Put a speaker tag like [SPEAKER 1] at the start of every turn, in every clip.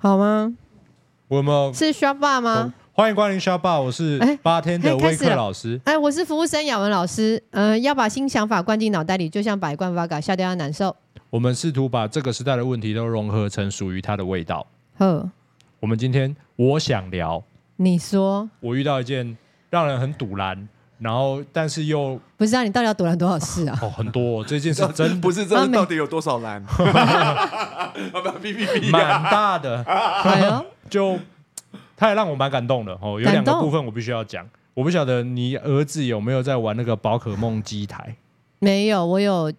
[SPEAKER 1] 好吗？
[SPEAKER 2] 我们
[SPEAKER 1] 是 s h o p Bar 吗？
[SPEAKER 2] 欢迎光临 s h o p Bar，我是
[SPEAKER 1] 啊哎
[SPEAKER 2] 八天的
[SPEAKER 1] 哎开
[SPEAKER 2] 威
[SPEAKER 1] 始
[SPEAKER 2] 克
[SPEAKER 1] 了
[SPEAKER 2] 老师。
[SPEAKER 1] 哎，我是服务生雅文老师。嗯、要把新想法灌进脑袋里，就像把一罐 v 嘎 g a 下掉要难受。
[SPEAKER 2] 我们试图把这个时代的问题都融合成属于它的味道。
[SPEAKER 1] 呵，
[SPEAKER 2] 我们今天我想聊，
[SPEAKER 1] 你说
[SPEAKER 2] 我遇到一件让人很堵然，然后但是又
[SPEAKER 1] 不知道你到底要躲了多少事 啊？
[SPEAKER 2] 哦 很多、哦，这件是真
[SPEAKER 3] 不是这
[SPEAKER 1] 啊
[SPEAKER 3] 是
[SPEAKER 1] 没
[SPEAKER 3] 到底有多少 蓝？好吧，B B B
[SPEAKER 2] 蛮大的，
[SPEAKER 1] 哎呦，
[SPEAKER 2] 就他也让我蛮感动的哦。有两
[SPEAKER 1] 感
[SPEAKER 2] 个
[SPEAKER 1] 动
[SPEAKER 2] 部分我必须要讲，我不晓得你儿子有没有在玩那个宝可梦机台。
[SPEAKER 1] 没有，我有，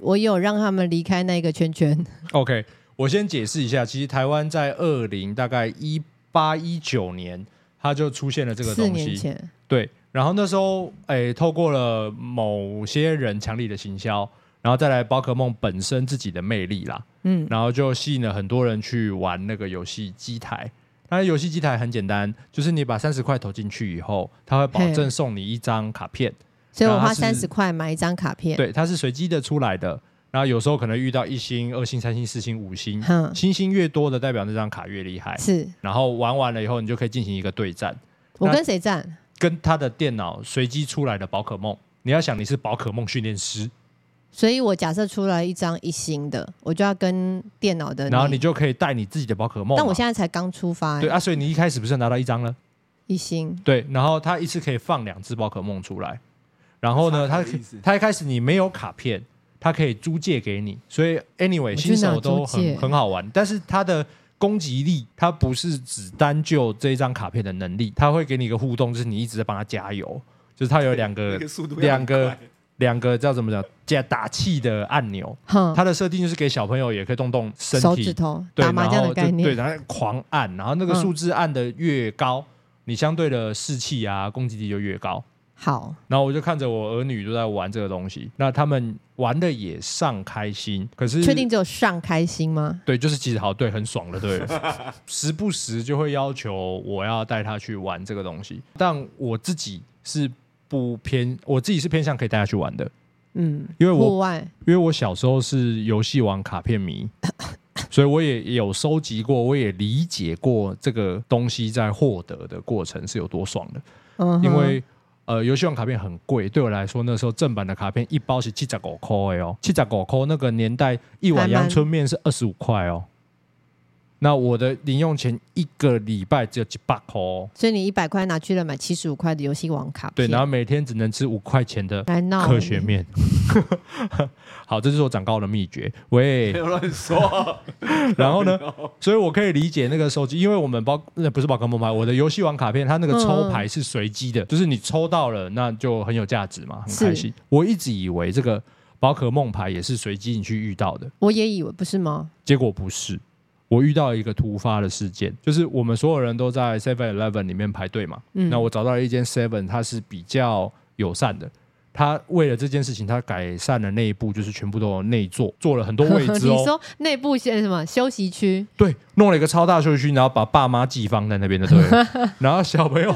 [SPEAKER 1] 我有让他们离开那个圈圈。
[SPEAKER 2] OK，我先解释一下，其实台湾在二零大概一八一九年，它就出现了这个
[SPEAKER 1] 四
[SPEAKER 2] 东
[SPEAKER 1] 年
[SPEAKER 2] 西。
[SPEAKER 1] 前，
[SPEAKER 2] 对，然后那时候，诶，透过了某些人强力的行销，然后再来宝可梦本身自己的魅力啦，
[SPEAKER 1] 嗯，
[SPEAKER 2] 然后就吸引了很多人去玩那个游戏机台。那游戏机台很简单，就是你把三十块投进去以后，它会保证
[SPEAKER 1] 嘿
[SPEAKER 2] 送你一张卡片。
[SPEAKER 1] 所以我
[SPEAKER 2] 然后
[SPEAKER 1] 花
[SPEAKER 2] 它
[SPEAKER 1] 三
[SPEAKER 2] 是
[SPEAKER 1] 十块买一张卡片。
[SPEAKER 2] 对，它是随机的出来的。然后有时候可能遇到一星、二星、三星、四星、五星，
[SPEAKER 1] 哼
[SPEAKER 2] 星星越多的代表那张卡越厉害。
[SPEAKER 1] 是
[SPEAKER 2] 然后玩完了以后，你就可以进行一个对战，
[SPEAKER 1] 我
[SPEAKER 2] 那
[SPEAKER 1] 跟谁站？
[SPEAKER 2] 跟他的电脑随机出来的宝可梦。你要想你是宝可梦训练师，
[SPEAKER 1] 所以我假设出来一张一星的，我就要跟电脑的。
[SPEAKER 2] 然后你，就可以带你自己的宝可梦嘛。
[SPEAKER 1] 呃但我现在才刚出发、
[SPEAKER 2] 对啊，所以你一开始不是拿到一张了？
[SPEAKER 1] 一星。
[SPEAKER 2] 对，然后他一次可以放两只宝可梦出来，然后呢，
[SPEAKER 3] 啥
[SPEAKER 2] 他
[SPEAKER 3] 意思
[SPEAKER 2] 他一开始你没有卡片，他可以租借给你，所以 anyway
[SPEAKER 1] 我去
[SPEAKER 2] 新
[SPEAKER 1] 哪
[SPEAKER 2] 手都
[SPEAKER 1] 租
[SPEAKER 2] 很
[SPEAKER 1] 借
[SPEAKER 2] 很好玩，但是他的攻击力，他不是只单就这一张卡片的能力，他会给你一个互动，就是你一直在帮他加油，就是他有两个
[SPEAKER 3] 那个速度要
[SPEAKER 2] 两
[SPEAKER 3] 很
[SPEAKER 2] 个
[SPEAKER 3] 快
[SPEAKER 2] 两个叫怎么讲加打气的按钮，
[SPEAKER 1] 哼，
[SPEAKER 2] 它的设定就是给小朋友也可以动动身
[SPEAKER 1] 手
[SPEAKER 2] 体
[SPEAKER 1] 指，头
[SPEAKER 2] 对，
[SPEAKER 1] 打麻将
[SPEAKER 2] 然
[SPEAKER 1] 的
[SPEAKER 2] 后就
[SPEAKER 1] 概
[SPEAKER 2] 对，
[SPEAKER 1] 念。
[SPEAKER 2] 然后狂按，然后那个
[SPEAKER 1] 嗯
[SPEAKER 2] 数字按的越高，你相对的士气啊、攻击力就越高。
[SPEAKER 1] 好，
[SPEAKER 2] 然后我就看着我儿女都在玩这个东西，那他们玩的也上开心，可是
[SPEAKER 1] 确定只有上开心吗？
[SPEAKER 2] 对，就是其实好对，很爽了，对，时不时就会要求我要带他去玩这个东西，但我自己是不偏，我自己是偏向可以带他去玩的，
[SPEAKER 1] 嗯，
[SPEAKER 2] 因为我
[SPEAKER 1] 户外
[SPEAKER 2] 因为我小时候是游戏王卡 片迷，所以我也有收集过，我也理解过这个东西在获得的过程是有多爽的。
[SPEAKER 1] 嗯哼，
[SPEAKER 2] 因为呃，游戏王卡片很贵，对我来说那时候正版的卡片一包是七十五块哦，七十五块那个年代一碗
[SPEAKER 1] 还蛮
[SPEAKER 2] 阳春面是二十五块哦。那我的零用钱一个礼拜只有几百块哦，
[SPEAKER 1] 所以你一百块拿去了买七十五块的游戏王卡
[SPEAKER 2] 对，
[SPEAKER 1] 片，
[SPEAKER 2] 然后每天只能吃五块钱的
[SPEAKER 1] 来闹
[SPEAKER 2] 科学面。 好，这就是我长高的秘诀。喂
[SPEAKER 3] 没，有乱说。
[SPEAKER 2] 然后呢，所以我可以理解那个收集，因为我们包那不是宝可梦牌，我的游戏王卡片它那个
[SPEAKER 1] 嗯
[SPEAKER 2] 抽牌是随机的，就是你抽到了，那就很有价值嘛，很开心。我一直以为这个宝可梦牌也是随机你去遇到的，
[SPEAKER 1] 我也以为不是吗？
[SPEAKER 2] 结果不是。我遇到一个突发的事件，就是我们所有人都在 Seven Eleven 里面排队嘛，
[SPEAKER 1] 嗯
[SPEAKER 2] 那我找到了一间 Seven，它是比较友善的。它为了这件事情，它改善了内部，就是全部都有内座，做了很多 位
[SPEAKER 1] 你
[SPEAKER 2] 置哦。
[SPEAKER 1] 说内部先什么休息区？
[SPEAKER 2] 对，弄了一个超大休息区，然后把爸妈寄放在那边的，对 了。然后小朋友，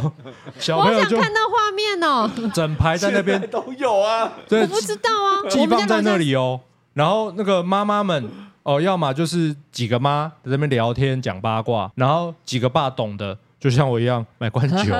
[SPEAKER 2] 小
[SPEAKER 1] 我
[SPEAKER 2] 朋
[SPEAKER 1] 好
[SPEAKER 2] 友
[SPEAKER 1] 想
[SPEAKER 2] 就
[SPEAKER 1] 看到画面哦，
[SPEAKER 2] 整排 在那
[SPEAKER 3] 现
[SPEAKER 2] 边，
[SPEAKER 3] 都有啊，
[SPEAKER 2] 对
[SPEAKER 1] 我，不知道 啊，
[SPEAKER 2] 寄
[SPEAKER 1] 我们家
[SPEAKER 2] 放在
[SPEAKER 1] 楼
[SPEAKER 2] 那
[SPEAKER 1] 下
[SPEAKER 2] 里哦。然后那个妈妈们，哦，要么就是几个妈在那边聊天讲八卦，然后几个爸懂的，就像我一样买罐 酒，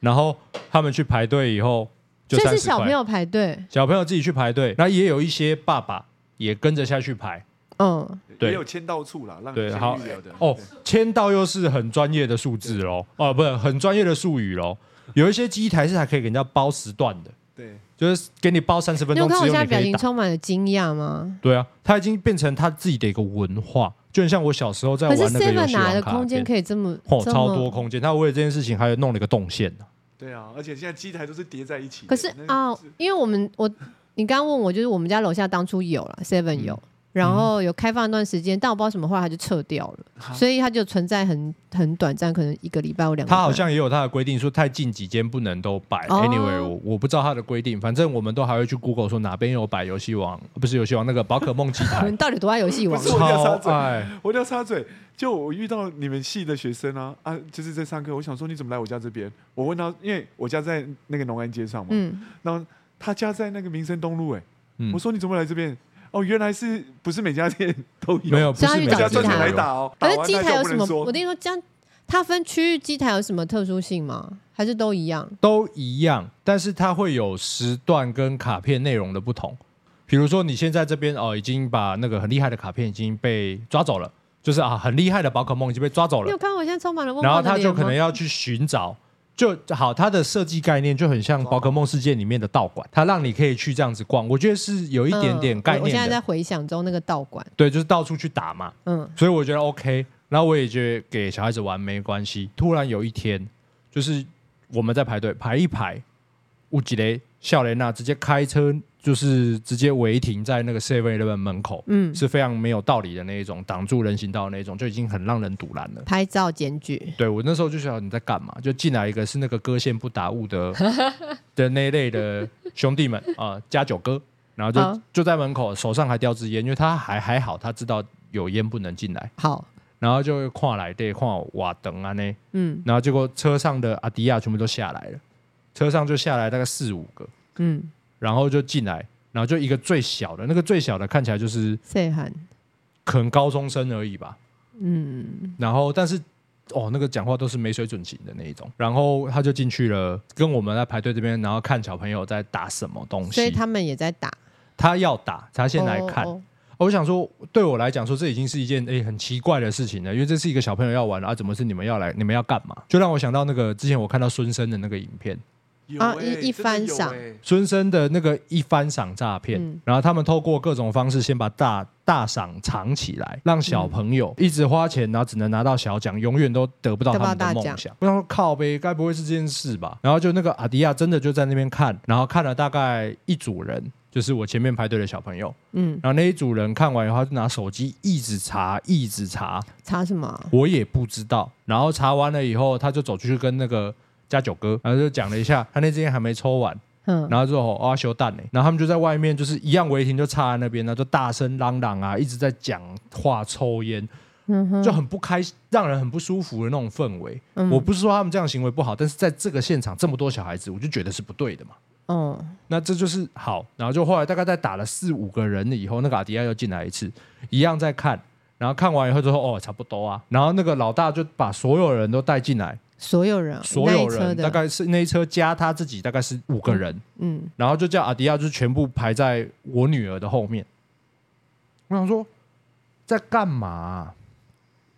[SPEAKER 2] 然后他们去排队以后，就
[SPEAKER 1] 所以
[SPEAKER 2] 三
[SPEAKER 1] 是
[SPEAKER 2] 十
[SPEAKER 1] 小朋
[SPEAKER 2] 块，
[SPEAKER 1] 友排队，
[SPEAKER 2] 小朋友自己去排队，那也有一些爸爸也跟着下去排。
[SPEAKER 1] 嗯，
[SPEAKER 2] 对
[SPEAKER 3] 也有签到处啦，让你
[SPEAKER 2] 对
[SPEAKER 3] 先
[SPEAKER 2] 好
[SPEAKER 3] 预留的
[SPEAKER 2] 哦，签到又是很专业的数字喽，哦，不是很专业的术语喽。有一些机台是还可以给人家包时段的，
[SPEAKER 3] 对，
[SPEAKER 2] 就是给你包三十分
[SPEAKER 1] 你有
[SPEAKER 2] 钟，
[SPEAKER 1] 看我
[SPEAKER 2] 只
[SPEAKER 1] 现
[SPEAKER 2] 有
[SPEAKER 1] 在
[SPEAKER 2] 你
[SPEAKER 1] 表
[SPEAKER 2] 可以
[SPEAKER 1] 情
[SPEAKER 2] 打。
[SPEAKER 1] 充满了惊讶吗？
[SPEAKER 2] 对啊，它已经变成他自己的一个文化，就很像啊我小时候在
[SPEAKER 1] 可
[SPEAKER 2] 玩
[SPEAKER 1] 是
[SPEAKER 2] 那个游
[SPEAKER 1] Seven
[SPEAKER 2] 戏
[SPEAKER 1] 哪来
[SPEAKER 2] 王
[SPEAKER 1] 的
[SPEAKER 2] 卡
[SPEAKER 1] 空间
[SPEAKER 2] 片，
[SPEAKER 1] 可以这么
[SPEAKER 2] 哦，
[SPEAKER 1] 这
[SPEAKER 2] 超
[SPEAKER 1] 么
[SPEAKER 2] 多空间。他为了这件事情还弄了一个动线呢。
[SPEAKER 3] 对啊，而且现在机台都是叠在一起的。
[SPEAKER 1] 可是
[SPEAKER 3] 那个
[SPEAKER 1] 啊，因为我们我你刚刚问我，就是我们家楼下当初有了 Seven
[SPEAKER 3] 嗯
[SPEAKER 1] 有，然后有开放一段时间，但我不知道什么，后来它就撤掉
[SPEAKER 3] 啊
[SPEAKER 1] 了，所以它就存在很很短暂，可能一个礼拜或两个礼拜。
[SPEAKER 2] 他好像也有他的规定，说太近几间不能都摆。
[SPEAKER 1] 哦
[SPEAKER 2] Anyway，我我不知道他的规定，反正我们都还会去 Google 说哪边有摆游戏王，不是游戏王那个宝可梦机
[SPEAKER 1] 你
[SPEAKER 2] 台
[SPEAKER 1] 们，到底多爱游戏王啊
[SPEAKER 3] 不？是我要
[SPEAKER 2] 超
[SPEAKER 3] 插嘴
[SPEAKER 2] 爱。
[SPEAKER 3] 我一定要插嘴，就我遇到你们系的学生啊啊，就是在上课，我想说你怎么来我家这边？我问他，因为我家在那个农安街上嘛，
[SPEAKER 1] 嗯，
[SPEAKER 3] 然后他家在那个民生东路、欸，哎、
[SPEAKER 2] 嗯
[SPEAKER 3] 我说你怎么来这边？哦，原来是不是每家店都有？
[SPEAKER 2] 没有，不
[SPEAKER 1] 所以他
[SPEAKER 2] 是
[SPEAKER 1] 去
[SPEAKER 2] 每
[SPEAKER 3] 每家
[SPEAKER 1] 找
[SPEAKER 3] 赚
[SPEAKER 1] 机
[SPEAKER 3] 钱
[SPEAKER 1] 台
[SPEAKER 3] 来
[SPEAKER 2] 有
[SPEAKER 3] 打哦。
[SPEAKER 1] 可是
[SPEAKER 3] 打完
[SPEAKER 1] 机
[SPEAKER 3] 那
[SPEAKER 1] 台
[SPEAKER 3] 就
[SPEAKER 1] 有
[SPEAKER 3] 不
[SPEAKER 1] 什
[SPEAKER 3] 能
[SPEAKER 1] 么？
[SPEAKER 3] 说
[SPEAKER 1] 我跟你说，这样它分区域机台有什么特殊性吗？还是都一样？
[SPEAKER 2] 都一样，但是它会有时段跟卡片内容的不同。比如说，你现在这边哦，已经把那个很厉害的卡片已经被抓走了，就是啊，很厉害的宝可梦已经被抓走
[SPEAKER 1] 你
[SPEAKER 2] 了
[SPEAKER 1] 有，看我现在充满了问
[SPEAKER 2] 然后
[SPEAKER 1] 号的
[SPEAKER 2] 他就
[SPEAKER 1] 脸
[SPEAKER 2] 可能
[SPEAKER 1] 吗？
[SPEAKER 2] 要去寻找。就好，它的设计概念就很像宝可梦世界里面的道馆，它让你可以去这样子逛，我觉得是有一点点
[SPEAKER 1] 嗯
[SPEAKER 2] 概
[SPEAKER 1] 我我现
[SPEAKER 2] 念
[SPEAKER 1] 在
[SPEAKER 2] 的，
[SPEAKER 1] 在回想中那个道馆，
[SPEAKER 2] 对，就是到处去打嘛。
[SPEAKER 1] 嗯，
[SPEAKER 2] 所以我觉得 OK。然后我也觉得给小孩子玩没关系。突然有一天，就是我们在排队排一排，乌吉雷、笑雷娜直接开车，就是直接违停在那个 Seven Eleven 门口，
[SPEAKER 1] 嗯
[SPEAKER 2] 是非常没有道理的那一种，挡住人行道的那一种，就已经很让人堵拦了。
[SPEAKER 1] 拍照检举，
[SPEAKER 2] 对我那时候就想你在干嘛？就进来一个是那个割线不打 雾的的那一类的兄弟们啊、加九哥，然后就、
[SPEAKER 1] 啊
[SPEAKER 2] 就在门口，手上还叼支烟，因为他还还好，他知道有烟不能进来。
[SPEAKER 1] 好，
[SPEAKER 2] 然后就看来对，看瓦等啊呢，
[SPEAKER 1] 嗯
[SPEAKER 2] 然后结果车上的阿迪亚全部都下来了，车上就下来大概四五个，
[SPEAKER 1] 嗯，
[SPEAKER 2] 然后就进来，然后就一个最小的，那个最小的看起来就是
[SPEAKER 1] 谢涵，
[SPEAKER 2] 可能高中生而已吧，
[SPEAKER 1] 嗯，
[SPEAKER 2] 然后但是哦，那个讲话都是没水准型的那一种，然后他就进去了，跟我们在排队这边，然后看小朋友在打什么东西，
[SPEAKER 1] 所以他们也在打，
[SPEAKER 2] 他要打，他先来看，
[SPEAKER 1] 哦哦
[SPEAKER 2] 哦我想说，对我来讲说，这已经是一件诶很奇怪的事情了，因为这是一个小朋友要玩啊，怎么是你们要来？你们要干嘛？就让我想到那个之前我看到孙生的那个影片，
[SPEAKER 3] 有
[SPEAKER 1] 啊
[SPEAKER 3] 欸
[SPEAKER 1] 一一
[SPEAKER 3] 真的
[SPEAKER 1] 翻
[SPEAKER 3] 有
[SPEAKER 1] 赏
[SPEAKER 3] 欸
[SPEAKER 2] 孙生的那个一番赏诈骗，
[SPEAKER 1] 嗯
[SPEAKER 2] 然后他们透过各种方式先把大大赏藏起来，让小朋友一直花钱，然后只能拿到小奖，永远都得不到他们的
[SPEAKER 1] 嗯得不到大
[SPEAKER 2] 梦想
[SPEAKER 1] 奖。
[SPEAKER 2] 我想说靠呗，该不会是这件事吧？然后就那个阿迪亚真的就在那边看，然后看了大概一组人，就是我前面排队的小朋友，
[SPEAKER 1] 嗯，
[SPEAKER 2] 然后那一组人看完以后，他就拿手机一直查，一直查，
[SPEAKER 1] 查什么啊？
[SPEAKER 2] 我也不知道。然后查完了以后，他就走出去跟那个加九哥，然后就讲了一下，他那支烟还没抽完，
[SPEAKER 1] 嗯，
[SPEAKER 2] 然后就说哦，啊修蛋呢。然后他们就在外面就是一样违停，就插在那边，然后就大声嚷嚷啊，一直在讲话、抽烟，
[SPEAKER 1] 嗯哼
[SPEAKER 2] 就很不开心，让人很不舒服的那种氛围。
[SPEAKER 1] 嗯
[SPEAKER 2] 我不是说他们这样行为不好，但是在这个现场这么多小孩子，我就觉得是不对的嘛。
[SPEAKER 1] 哦，
[SPEAKER 2] 那这就是好，然后就后来大概在打了四五个人了以后，那个阿迪亚又进来一次，一样在看，然后看完以后就说哦差不多啊，然后那个老大就把所有人都带进来，
[SPEAKER 1] 所有人啊，
[SPEAKER 2] 所有
[SPEAKER 1] 那一车
[SPEAKER 2] 人
[SPEAKER 1] 的
[SPEAKER 2] 大概嗯是那一车加他自己大概是五个人，
[SPEAKER 1] 嗯，
[SPEAKER 2] 然后就叫阿迪亚就是全部排在我女儿的后面，我想说在干嘛啊、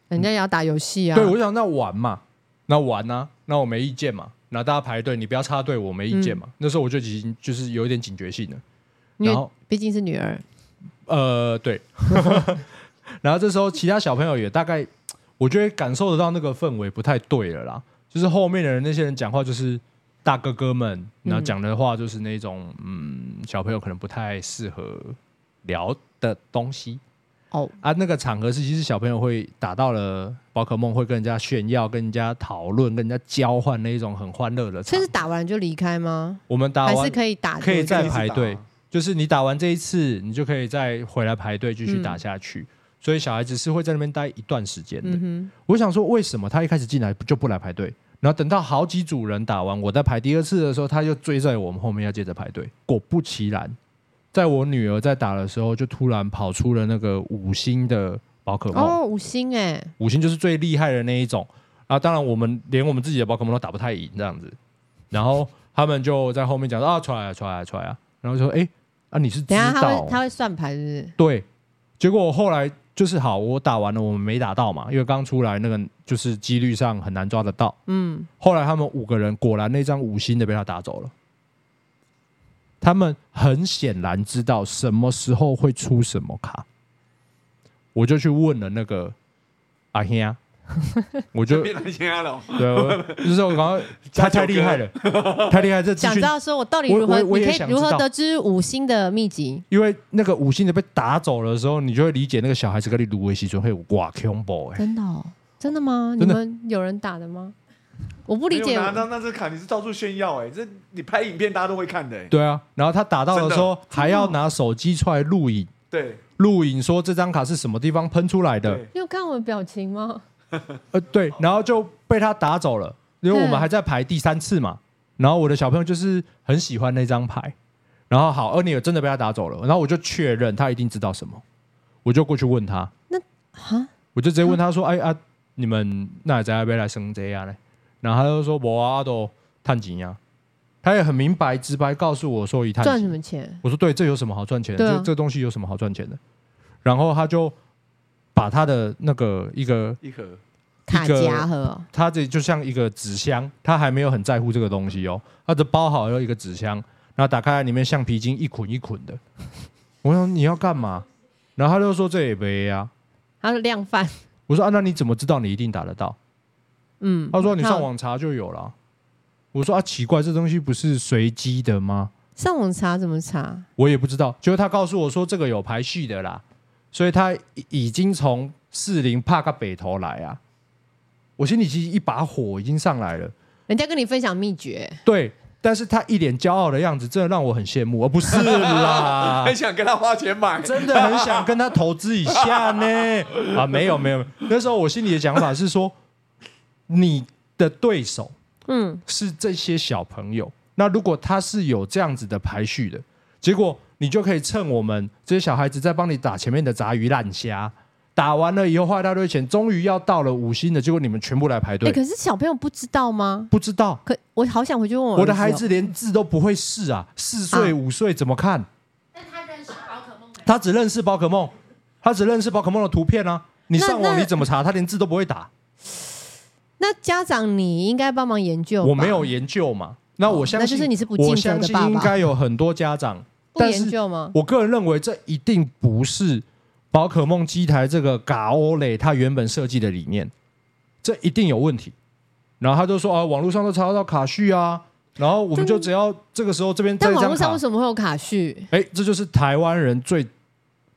[SPEAKER 1] 人家也要打游戏啊，
[SPEAKER 2] 对，我想那玩嘛，那玩啊，那我没意见嘛。然后大家排队，你不要插队，我没意见嘛。那时候我就已经就是有一点警觉性了。
[SPEAKER 1] 嗯因
[SPEAKER 2] 然
[SPEAKER 1] 为
[SPEAKER 2] 后
[SPEAKER 1] 毕竟是女儿，
[SPEAKER 2] 呃，对。 然后这时候其他小朋友也大概，我觉得感受得到那个氛围不太对了啦。就是后面的人那些人讲话就是大哥哥们，
[SPEAKER 1] 嗯
[SPEAKER 2] 然后讲的话就是那种嗯小朋友可能不太适合聊的东西
[SPEAKER 1] 哦，
[SPEAKER 2] 啊。那个场合是其实小朋友会打到了宝可梦，会跟人家炫耀、跟人家讨论、跟人家交换那一种很欢乐的
[SPEAKER 1] 这
[SPEAKER 2] 场
[SPEAKER 1] 是。打完就离开吗？
[SPEAKER 2] 我们打
[SPEAKER 1] 还
[SPEAKER 2] 完
[SPEAKER 1] 是可以打？
[SPEAKER 2] 可以再
[SPEAKER 3] 一直
[SPEAKER 2] 排
[SPEAKER 3] 打哦
[SPEAKER 2] 队，就是你打完这一次，你就可以再回来排队继
[SPEAKER 1] 嗯
[SPEAKER 2] 续打下去。所以小孩子是会在那边待一段时间的。
[SPEAKER 1] 嗯
[SPEAKER 2] 我想说，为什么他一开始进来就不来排队？然后等到好几组人打完，我在排第二次的时候，他就追在我们后面要接着排队。果不其然，在我女儿在打的时候，就突然跑出了那个五星的宝可
[SPEAKER 1] 哼，
[SPEAKER 2] 梦。
[SPEAKER 1] 哦，五星哎，
[SPEAKER 2] 五星就是最厉害的那一种啊。当然，我们连我们自己的宝可梦都打不太赢这样子。然后他们就在后面讲说啊，出来啊，出来啊，出来啊。然后就说，哎、啊，你是知
[SPEAKER 1] 等一下他
[SPEAKER 2] 道
[SPEAKER 1] 会
[SPEAKER 2] 哦
[SPEAKER 1] 他会算牌是不是？
[SPEAKER 2] 对。结果我后来就是好，我打完了，我们没打到嘛，因为刚出来那个就是几率上很难抓得到。
[SPEAKER 1] 嗯，
[SPEAKER 2] 后来他们五个人果然那张五星的被他打走了。他们很显然知道什么时候会出什么卡，我就去问了那个阿 兄，啊我就
[SPEAKER 3] 变成家了哦，
[SPEAKER 2] 对，我就是我刚刚他太厉害了，太厉害了，这资
[SPEAKER 1] 想知
[SPEAKER 2] 讯，
[SPEAKER 1] 道说我到底如
[SPEAKER 2] 我
[SPEAKER 1] 何，
[SPEAKER 2] 我我
[SPEAKER 1] 你
[SPEAKER 2] 也
[SPEAKER 1] 可以
[SPEAKER 2] 想知
[SPEAKER 1] 如
[SPEAKER 2] 道
[SPEAKER 1] 何得知五星的秘籍？
[SPEAKER 2] 因为那个五星的被打走了的时候，你就会理解那个小孩子跟你卢维西准会有哇 combo 哎，
[SPEAKER 1] 真的哦，真的吗？你
[SPEAKER 2] 真的
[SPEAKER 1] 们有人打的吗？我不理
[SPEAKER 3] 没
[SPEAKER 1] 解
[SPEAKER 3] 有拿到那这卡，你是到处炫耀哎，这你拍影片大家都会看的哎，
[SPEAKER 2] 对啊，然后他打到的时候还要
[SPEAKER 1] 真的
[SPEAKER 2] 拿手机出来录影，
[SPEAKER 3] 对
[SPEAKER 2] 录影说这张卡是什么地方喷出来的，
[SPEAKER 3] 对，
[SPEAKER 1] 你有看我的表情吗？
[SPEAKER 2] 呃，对，然后就被他打走了，因为我们还在排第三次嘛。然后我的小朋友就是很喜欢那张牌，然后好，而你真的被他打走了，然后我就确认他一定知道什么，我就过去问他，
[SPEAKER 1] 哈，
[SPEAKER 2] 我就直接问他说：“哎啊，你们那在那边来生这样呢？”然后他就说：“我啊都探钱呀。”他也很明白直白告诉我说：“一探
[SPEAKER 1] 赚
[SPEAKER 2] 钱
[SPEAKER 1] 什么钱？
[SPEAKER 2] 我说：“对，这有什么好赚钱的？
[SPEAKER 1] 对啊
[SPEAKER 2] 这这东西有什么好赚钱的？”然后他就把他的那个一个
[SPEAKER 3] 一盒
[SPEAKER 1] 卡
[SPEAKER 2] 一个
[SPEAKER 1] 夹盒哦，
[SPEAKER 2] 他这就像一个纸箱，他还没有很在乎这个东西哦，他只包好了一个纸箱，然后打开来里面橡皮筋一捆一捆的。我说你要干嘛？然后他就说这也没啊。
[SPEAKER 1] 他是量贩，
[SPEAKER 2] 我说啊，那你怎么知道你一定打得到？
[SPEAKER 1] 嗯，
[SPEAKER 2] 他说你上
[SPEAKER 1] 我看
[SPEAKER 2] 网查就有了。我说啊，奇怪，这东西不是随机的吗？
[SPEAKER 1] 上网查怎么查？
[SPEAKER 2] 我也不知道。结果他告诉我说这个有排序的啦，所以他已已经从士林帕到北头来啊。我心里其实一把火已经上来了。
[SPEAKER 1] 人家跟你分享秘诀，
[SPEAKER 2] 对，但是他一脸骄傲的样子，真的让我很羡慕。而、不是啦
[SPEAKER 3] 很，想跟他花钱买，
[SPEAKER 2] 真的很想跟他投资一下呢。 啊，没有没有，那时候我心里的想法是说，你的对手
[SPEAKER 1] 嗯，
[SPEAKER 2] 是这些小朋友，那如果他是有这样子的排序的，结果你就可以趁我们这些小孩子在帮你打前面的杂鱼烂虾。打完了以后花一大堆钱，终于要到了五星的，结果你们全部来排队，
[SPEAKER 1] 哎，可是小朋友不知道吗？
[SPEAKER 2] 不知道
[SPEAKER 1] 可我好想回去问我
[SPEAKER 2] 我的
[SPEAKER 1] 哦
[SPEAKER 2] 孩子连字都不会试啊，四岁
[SPEAKER 1] 啊
[SPEAKER 2] 五岁怎么看？
[SPEAKER 4] 但他认识宝可梦的
[SPEAKER 2] 他只认识宝可梦，他只认识宝可梦的图片啊。你
[SPEAKER 1] 那
[SPEAKER 2] 上网
[SPEAKER 1] 那
[SPEAKER 2] 你怎么查？他连字都不会打。
[SPEAKER 1] 那家长你应该帮忙研究吧，哦
[SPEAKER 2] 我没有研究嘛，那我相
[SPEAKER 1] 那
[SPEAKER 2] 信，
[SPEAKER 1] 就是你是不
[SPEAKER 2] 我
[SPEAKER 1] 尽责
[SPEAKER 2] 相
[SPEAKER 1] 的
[SPEAKER 2] 信
[SPEAKER 1] 爸
[SPEAKER 2] 应
[SPEAKER 1] 爸，
[SPEAKER 2] 该有很多家长，
[SPEAKER 1] 不
[SPEAKER 2] 但
[SPEAKER 1] 研
[SPEAKER 2] 是
[SPEAKER 1] 究吗？
[SPEAKER 2] 我个人认为这一定不是宝可梦机台这个嘎欧蕾它原本设计的理念，这一定有问题。然后他就说啊，网络上都查得到卡序啊，然后我们就
[SPEAKER 1] 真
[SPEAKER 2] 只要这个时候这边
[SPEAKER 1] 但
[SPEAKER 2] 这
[SPEAKER 1] 网络
[SPEAKER 2] 张
[SPEAKER 1] 上
[SPEAKER 2] 卡
[SPEAKER 1] 为，什么会有卡序？
[SPEAKER 2] 哎，这就是台湾人最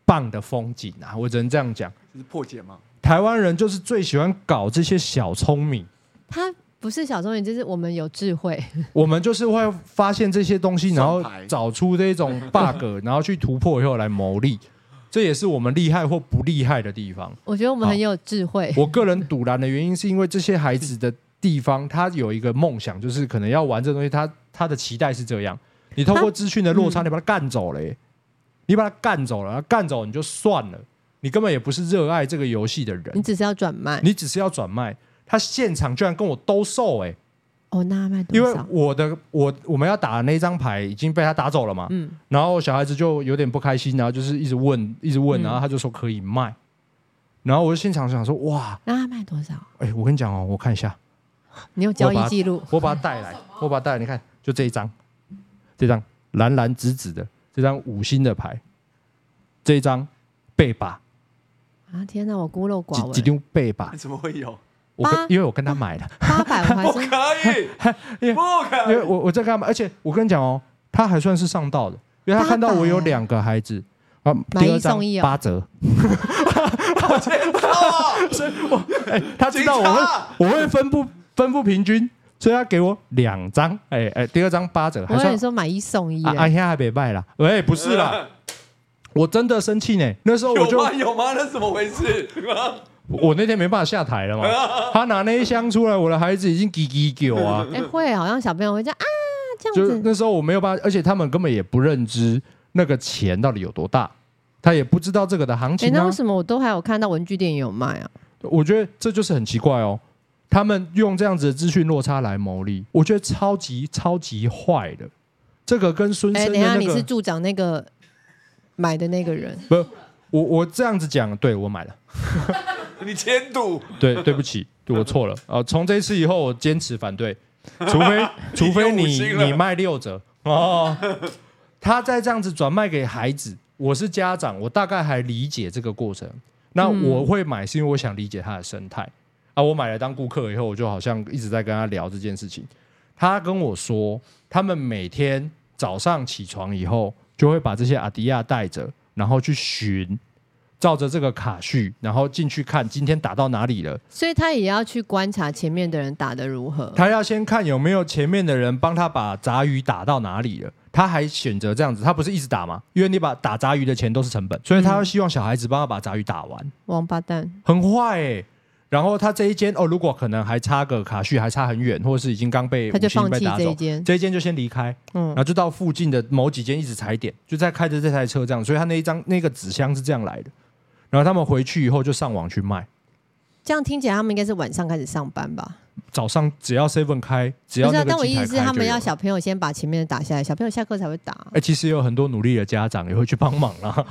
[SPEAKER 2] 棒的风景啊！我只能这样讲，
[SPEAKER 3] 就是破解嘛。
[SPEAKER 2] 台湾人就是最喜欢搞这些小聪明，
[SPEAKER 1] 他不是小聪明，就是我们有智慧。
[SPEAKER 2] 我们就是会发现这些东西，然后
[SPEAKER 3] 上牌
[SPEAKER 2] 找出这种 bug，然后去突破以后来牟利，这也是我们厉害或不厉害的地方。
[SPEAKER 1] 我觉得我们很有智慧。
[SPEAKER 2] 我个人堵拦的原因是因为这些孩子的地方，他有一个梦想，就是可能要玩这东西，他他的期待是这样。你透过资讯的落差，你把他干走了、耶你把他干走了，干走你就算了，你根本也不是热爱这个游戏的
[SPEAKER 1] 你
[SPEAKER 2] 人，
[SPEAKER 1] 只是要转卖，
[SPEAKER 2] 你只是要转卖。他现场居然跟我兜售、哎，
[SPEAKER 1] 哦，那他卖
[SPEAKER 2] 因
[SPEAKER 1] 多
[SPEAKER 2] 为
[SPEAKER 1] 少？
[SPEAKER 2] 我的我我们要打的那张牌已经被他打走了嘛，
[SPEAKER 1] 嗯，
[SPEAKER 2] 然后小孩子就有点不开心，然后就是一直问，一直问，
[SPEAKER 1] 嗯
[SPEAKER 2] 然后他就说可以卖，然后我就现场想说，哇，
[SPEAKER 1] 那他卖多少？
[SPEAKER 2] 哎、我跟你讲哦，我看一下，
[SPEAKER 1] 你有交易记录？
[SPEAKER 2] 我把它带来，我把它带来，你看，就这一张，这张蓝蓝紫紫的，这张五星的牌，这一张背把，
[SPEAKER 1] 啊，天哪，我孤陋寡
[SPEAKER 2] 几几
[SPEAKER 1] 闻。
[SPEAKER 2] 丢背把，
[SPEAKER 3] 怎么会有？
[SPEAKER 2] 我跟
[SPEAKER 1] 八
[SPEAKER 2] 因为我跟他买的，
[SPEAKER 1] 八百我还
[SPEAKER 3] 不
[SPEAKER 1] 是
[SPEAKER 3] 可以，
[SPEAKER 2] 因为
[SPEAKER 3] 不
[SPEAKER 2] 因
[SPEAKER 3] 可
[SPEAKER 2] 为
[SPEAKER 3] 以。
[SPEAKER 2] 我我在干嘛？而且我跟你讲哦，他还算是上道的，因为他看到我有两个孩子。啊，
[SPEAKER 1] 买一
[SPEAKER 2] 第二张
[SPEAKER 1] 送一哦
[SPEAKER 2] 八折，
[SPEAKER 1] 哦
[SPEAKER 2] 所以我哎、他知道我会
[SPEAKER 3] 警察
[SPEAKER 2] 我会分布分布平均，所以他给我两张，哎、哎、第二张八折，
[SPEAKER 1] 我
[SPEAKER 2] 还
[SPEAKER 1] 跟
[SPEAKER 2] 算
[SPEAKER 1] 你说买一送一
[SPEAKER 2] 啊，啊，
[SPEAKER 1] 耶，
[SPEAKER 2] 现在还没卖啦，喂、不是啦，我真的生气呢，那时候我
[SPEAKER 3] 有
[SPEAKER 2] 就
[SPEAKER 3] 吗？有吗？那怎么回事？
[SPEAKER 2] 我那天没办法下台了嘛，他拿那一箱出来，我的孩子已经叽叽叫啊，
[SPEAKER 1] 哎会，好像小朋友会这样啊这样
[SPEAKER 2] 就是
[SPEAKER 1] 子，
[SPEAKER 2] 那时候我没有办法，而且他们根本也不认知那个钱到底有多大，他也不知道这个的行
[SPEAKER 1] 哎，
[SPEAKER 2] 情
[SPEAKER 1] 那
[SPEAKER 2] 啊
[SPEAKER 1] 为。什么我都还有看到文具店也有卖啊？
[SPEAKER 2] 我觉得这就是很奇怪哦，他们用这样子的资讯落差来牟利，我觉得超级超级坏的。这个跟孙
[SPEAKER 1] 哎，
[SPEAKER 2] 生
[SPEAKER 1] 等
[SPEAKER 2] 的
[SPEAKER 1] 一下
[SPEAKER 2] 那
[SPEAKER 1] 你
[SPEAKER 2] 个，
[SPEAKER 1] 是助长那个买的那个人，
[SPEAKER 2] 不，我我这样子讲，对我买了。
[SPEAKER 3] 你添堵，
[SPEAKER 2] 对，对不起，对我错了。呃，从这一次以后，我坚持反 对，除非除非
[SPEAKER 3] 你又五
[SPEAKER 2] 你
[SPEAKER 3] 星了
[SPEAKER 2] 你卖六折哦。他再这样子转卖给孩子，我是家长，我大概还理解这个过程。那
[SPEAKER 1] 嗯
[SPEAKER 2] 我会买是因为我想理解他的生态啊。我买来当顾客以后，我就好像一直在跟他聊这件事情。他跟我说，他们每天早上起床以后，就会把这些阿迪亚带着，然后去寻，照着这个卡序，然后进去看今天打到哪里了。
[SPEAKER 1] 所以他也要去观察前面的人打的如何。
[SPEAKER 2] 他要先看有没有前面的人帮他把杂鱼打到哪里了。他还选择这样子，他不是一直打吗？因为你把打杂鱼的钱都是成本，所以他要希望小孩子帮他把杂鱼打完，
[SPEAKER 1] 王八蛋，
[SPEAKER 2] 很坏哎、然后他这一间哦，如果可能还差个卡序，还差很远，或者是已经刚被
[SPEAKER 1] 他就
[SPEAKER 2] 五星
[SPEAKER 1] 放
[SPEAKER 2] 被
[SPEAKER 1] 弃
[SPEAKER 2] 打
[SPEAKER 1] 这一
[SPEAKER 2] 走，
[SPEAKER 1] 间，
[SPEAKER 2] 这一间就先离开，
[SPEAKER 1] 嗯
[SPEAKER 2] 然，后就到附近的某几间一直踩点，就在开着这台车这样，所以他那一张那个纸箱是这样来的。然后他们回去以后就上网去卖，
[SPEAKER 1] 这样听起来他们应该是晚上开始上班吧？
[SPEAKER 2] 早上只要 seven 开，只要
[SPEAKER 1] 不是、
[SPEAKER 2] 那
[SPEAKER 1] 啊，
[SPEAKER 2] 个
[SPEAKER 1] 但我
[SPEAKER 2] 机
[SPEAKER 1] 意
[SPEAKER 2] 台
[SPEAKER 1] 思是
[SPEAKER 2] 开
[SPEAKER 1] 他
[SPEAKER 2] 就
[SPEAKER 1] 们
[SPEAKER 2] 有
[SPEAKER 1] 要
[SPEAKER 2] 了
[SPEAKER 1] 小朋友先把前面的打下来，小朋友下课才会 打啊、
[SPEAKER 2] 哎、其实有很多努力的家长也会去帮忙啦。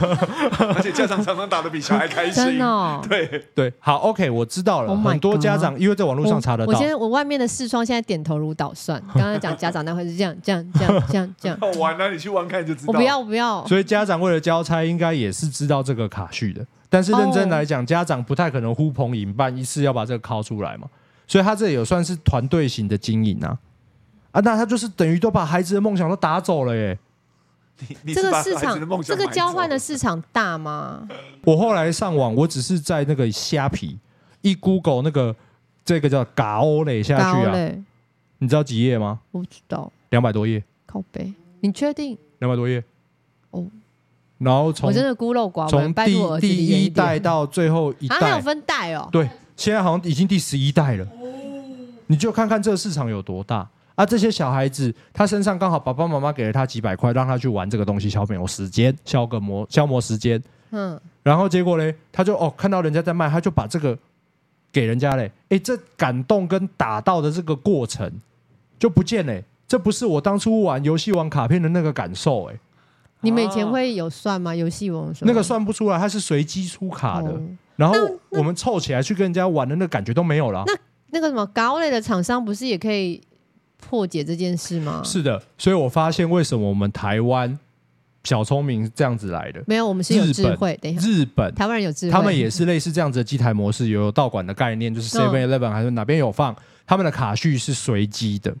[SPEAKER 3] 而且家长常常打的比小孩开心，
[SPEAKER 1] 真的、哦。
[SPEAKER 3] 对，
[SPEAKER 2] 对，好，OK，我知道了。
[SPEAKER 1] Oh my
[SPEAKER 2] 很多家
[SPEAKER 1] God
[SPEAKER 2] 长因为在网络上查得
[SPEAKER 1] 我。我
[SPEAKER 2] 到
[SPEAKER 1] 现，在我外面的视窗现在点头如捣蒜。刚刚讲家长那会是这样这样这样这样这 样，
[SPEAKER 3] 好玩啊！你去玩看你就知
[SPEAKER 1] 我
[SPEAKER 3] 道。
[SPEAKER 1] 不要我不要。
[SPEAKER 2] 所以家长为了交差，应该也是知道这个卡序的。但
[SPEAKER 1] 哦
[SPEAKER 2] 是认真来讲家长不太可能呼朋引伴一次要把这个拷出来嘛，所以他这也算是团队型的经营啊。啊，那他就是等于都把孩子的梦想都打走了耶。
[SPEAKER 3] 你，你
[SPEAKER 1] 这
[SPEAKER 3] 是
[SPEAKER 1] 个
[SPEAKER 3] 把
[SPEAKER 1] 市
[SPEAKER 3] 孩子的
[SPEAKER 1] 场
[SPEAKER 3] 梦
[SPEAKER 1] 这
[SPEAKER 3] 想
[SPEAKER 1] 个
[SPEAKER 3] 买
[SPEAKER 1] 交换
[SPEAKER 3] 走
[SPEAKER 1] 的市场大吗？
[SPEAKER 2] 我后来上网，我只是在那个虾皮一 Google 那个这个叫嘎欧嘞下
[SPEAKER 1] 高
[SPEAKER 2] 去啊，
[SPEAKER 1] 嘞，
[SPEAKER 2] 你知道几页吗？
[SPEAKER 1] 我不知道，
[SPEAKER 2] 两百多页，
[SPEAKER 1] 靠背。你确定？
[SPEAKER 2] 两百多页。
[SPEAKER 1] 哦
[SPEAKER 2] 然后从
[SPEAKER 1] 我真的孤陋寡闻，
[SPEAKER 2] 从
[SPEAKER 1] 拜托我儿子
[SPEAKER 2] 第第
[SPEAKER 1] 离远
[SPEAKER 2] 一
[SPEAKER 1] 点
[SPEAKER 2] 代到最后一
[SPEAKER 1] 啊，还
[SPEAKER 2] 代，
[SPEAKER 1] 有分代哦。
[SPEAKER 2] 对，现在好像已经第十一代了。你就看看这个市场有多大啊！这些小孩子，他身上刚好爸爸妈妈给了他几百块，让他去玩这个东西，消磨时间，消个磨消磨时间。
[SPEAKER 1] 嗯，
[SPEAKER 2] 然后结果嘞，他就哦看到人家在卖，他就把这个给人家嘞。哎，这感动跟打到的这个过程就不见嘞。这不是我当初玩游戏玩卡片的那个感受哎，
[SPEAKER 1] 你们以
[SPEAKER 3] 啊
[SPEAKER 1] 前会有算吗？游戏王
[SPEAKER 2] 那个算不出来，它是随机出卡的。
[SPEAKER 1] 哦
[SPEAKER 2] 然后
[SPEAKER 1] 那
[SPEAKER 2] 我们凑起来去跟人家玩的那感觉都没有了啊。
[SPEAKER 1] 那个什么高类的厂商不是也可以破解这件事吗？
[SPEAKER 2] 是的，所以我发现为什么我们台湾小聪明是这样子来的，
[SPEAKER 1] 没有，我们是有
[SPEAKER 2] 日
[SPEAKER 1] 智
[SPEAKER 2] 本
[SPEAKER 1] 慧。等一下，
[SPEAKER 2] 日本
[SPEAKER 1] 台湾人有智慧，
[SPEAKER 2] 他们也是类似这样子的机台模式，有道馆的概念，就是
[SPEAKER 1] 嗯
[SPEAKER 2] Seven Eleven 还是哪边有放，他们的卡序是随机的，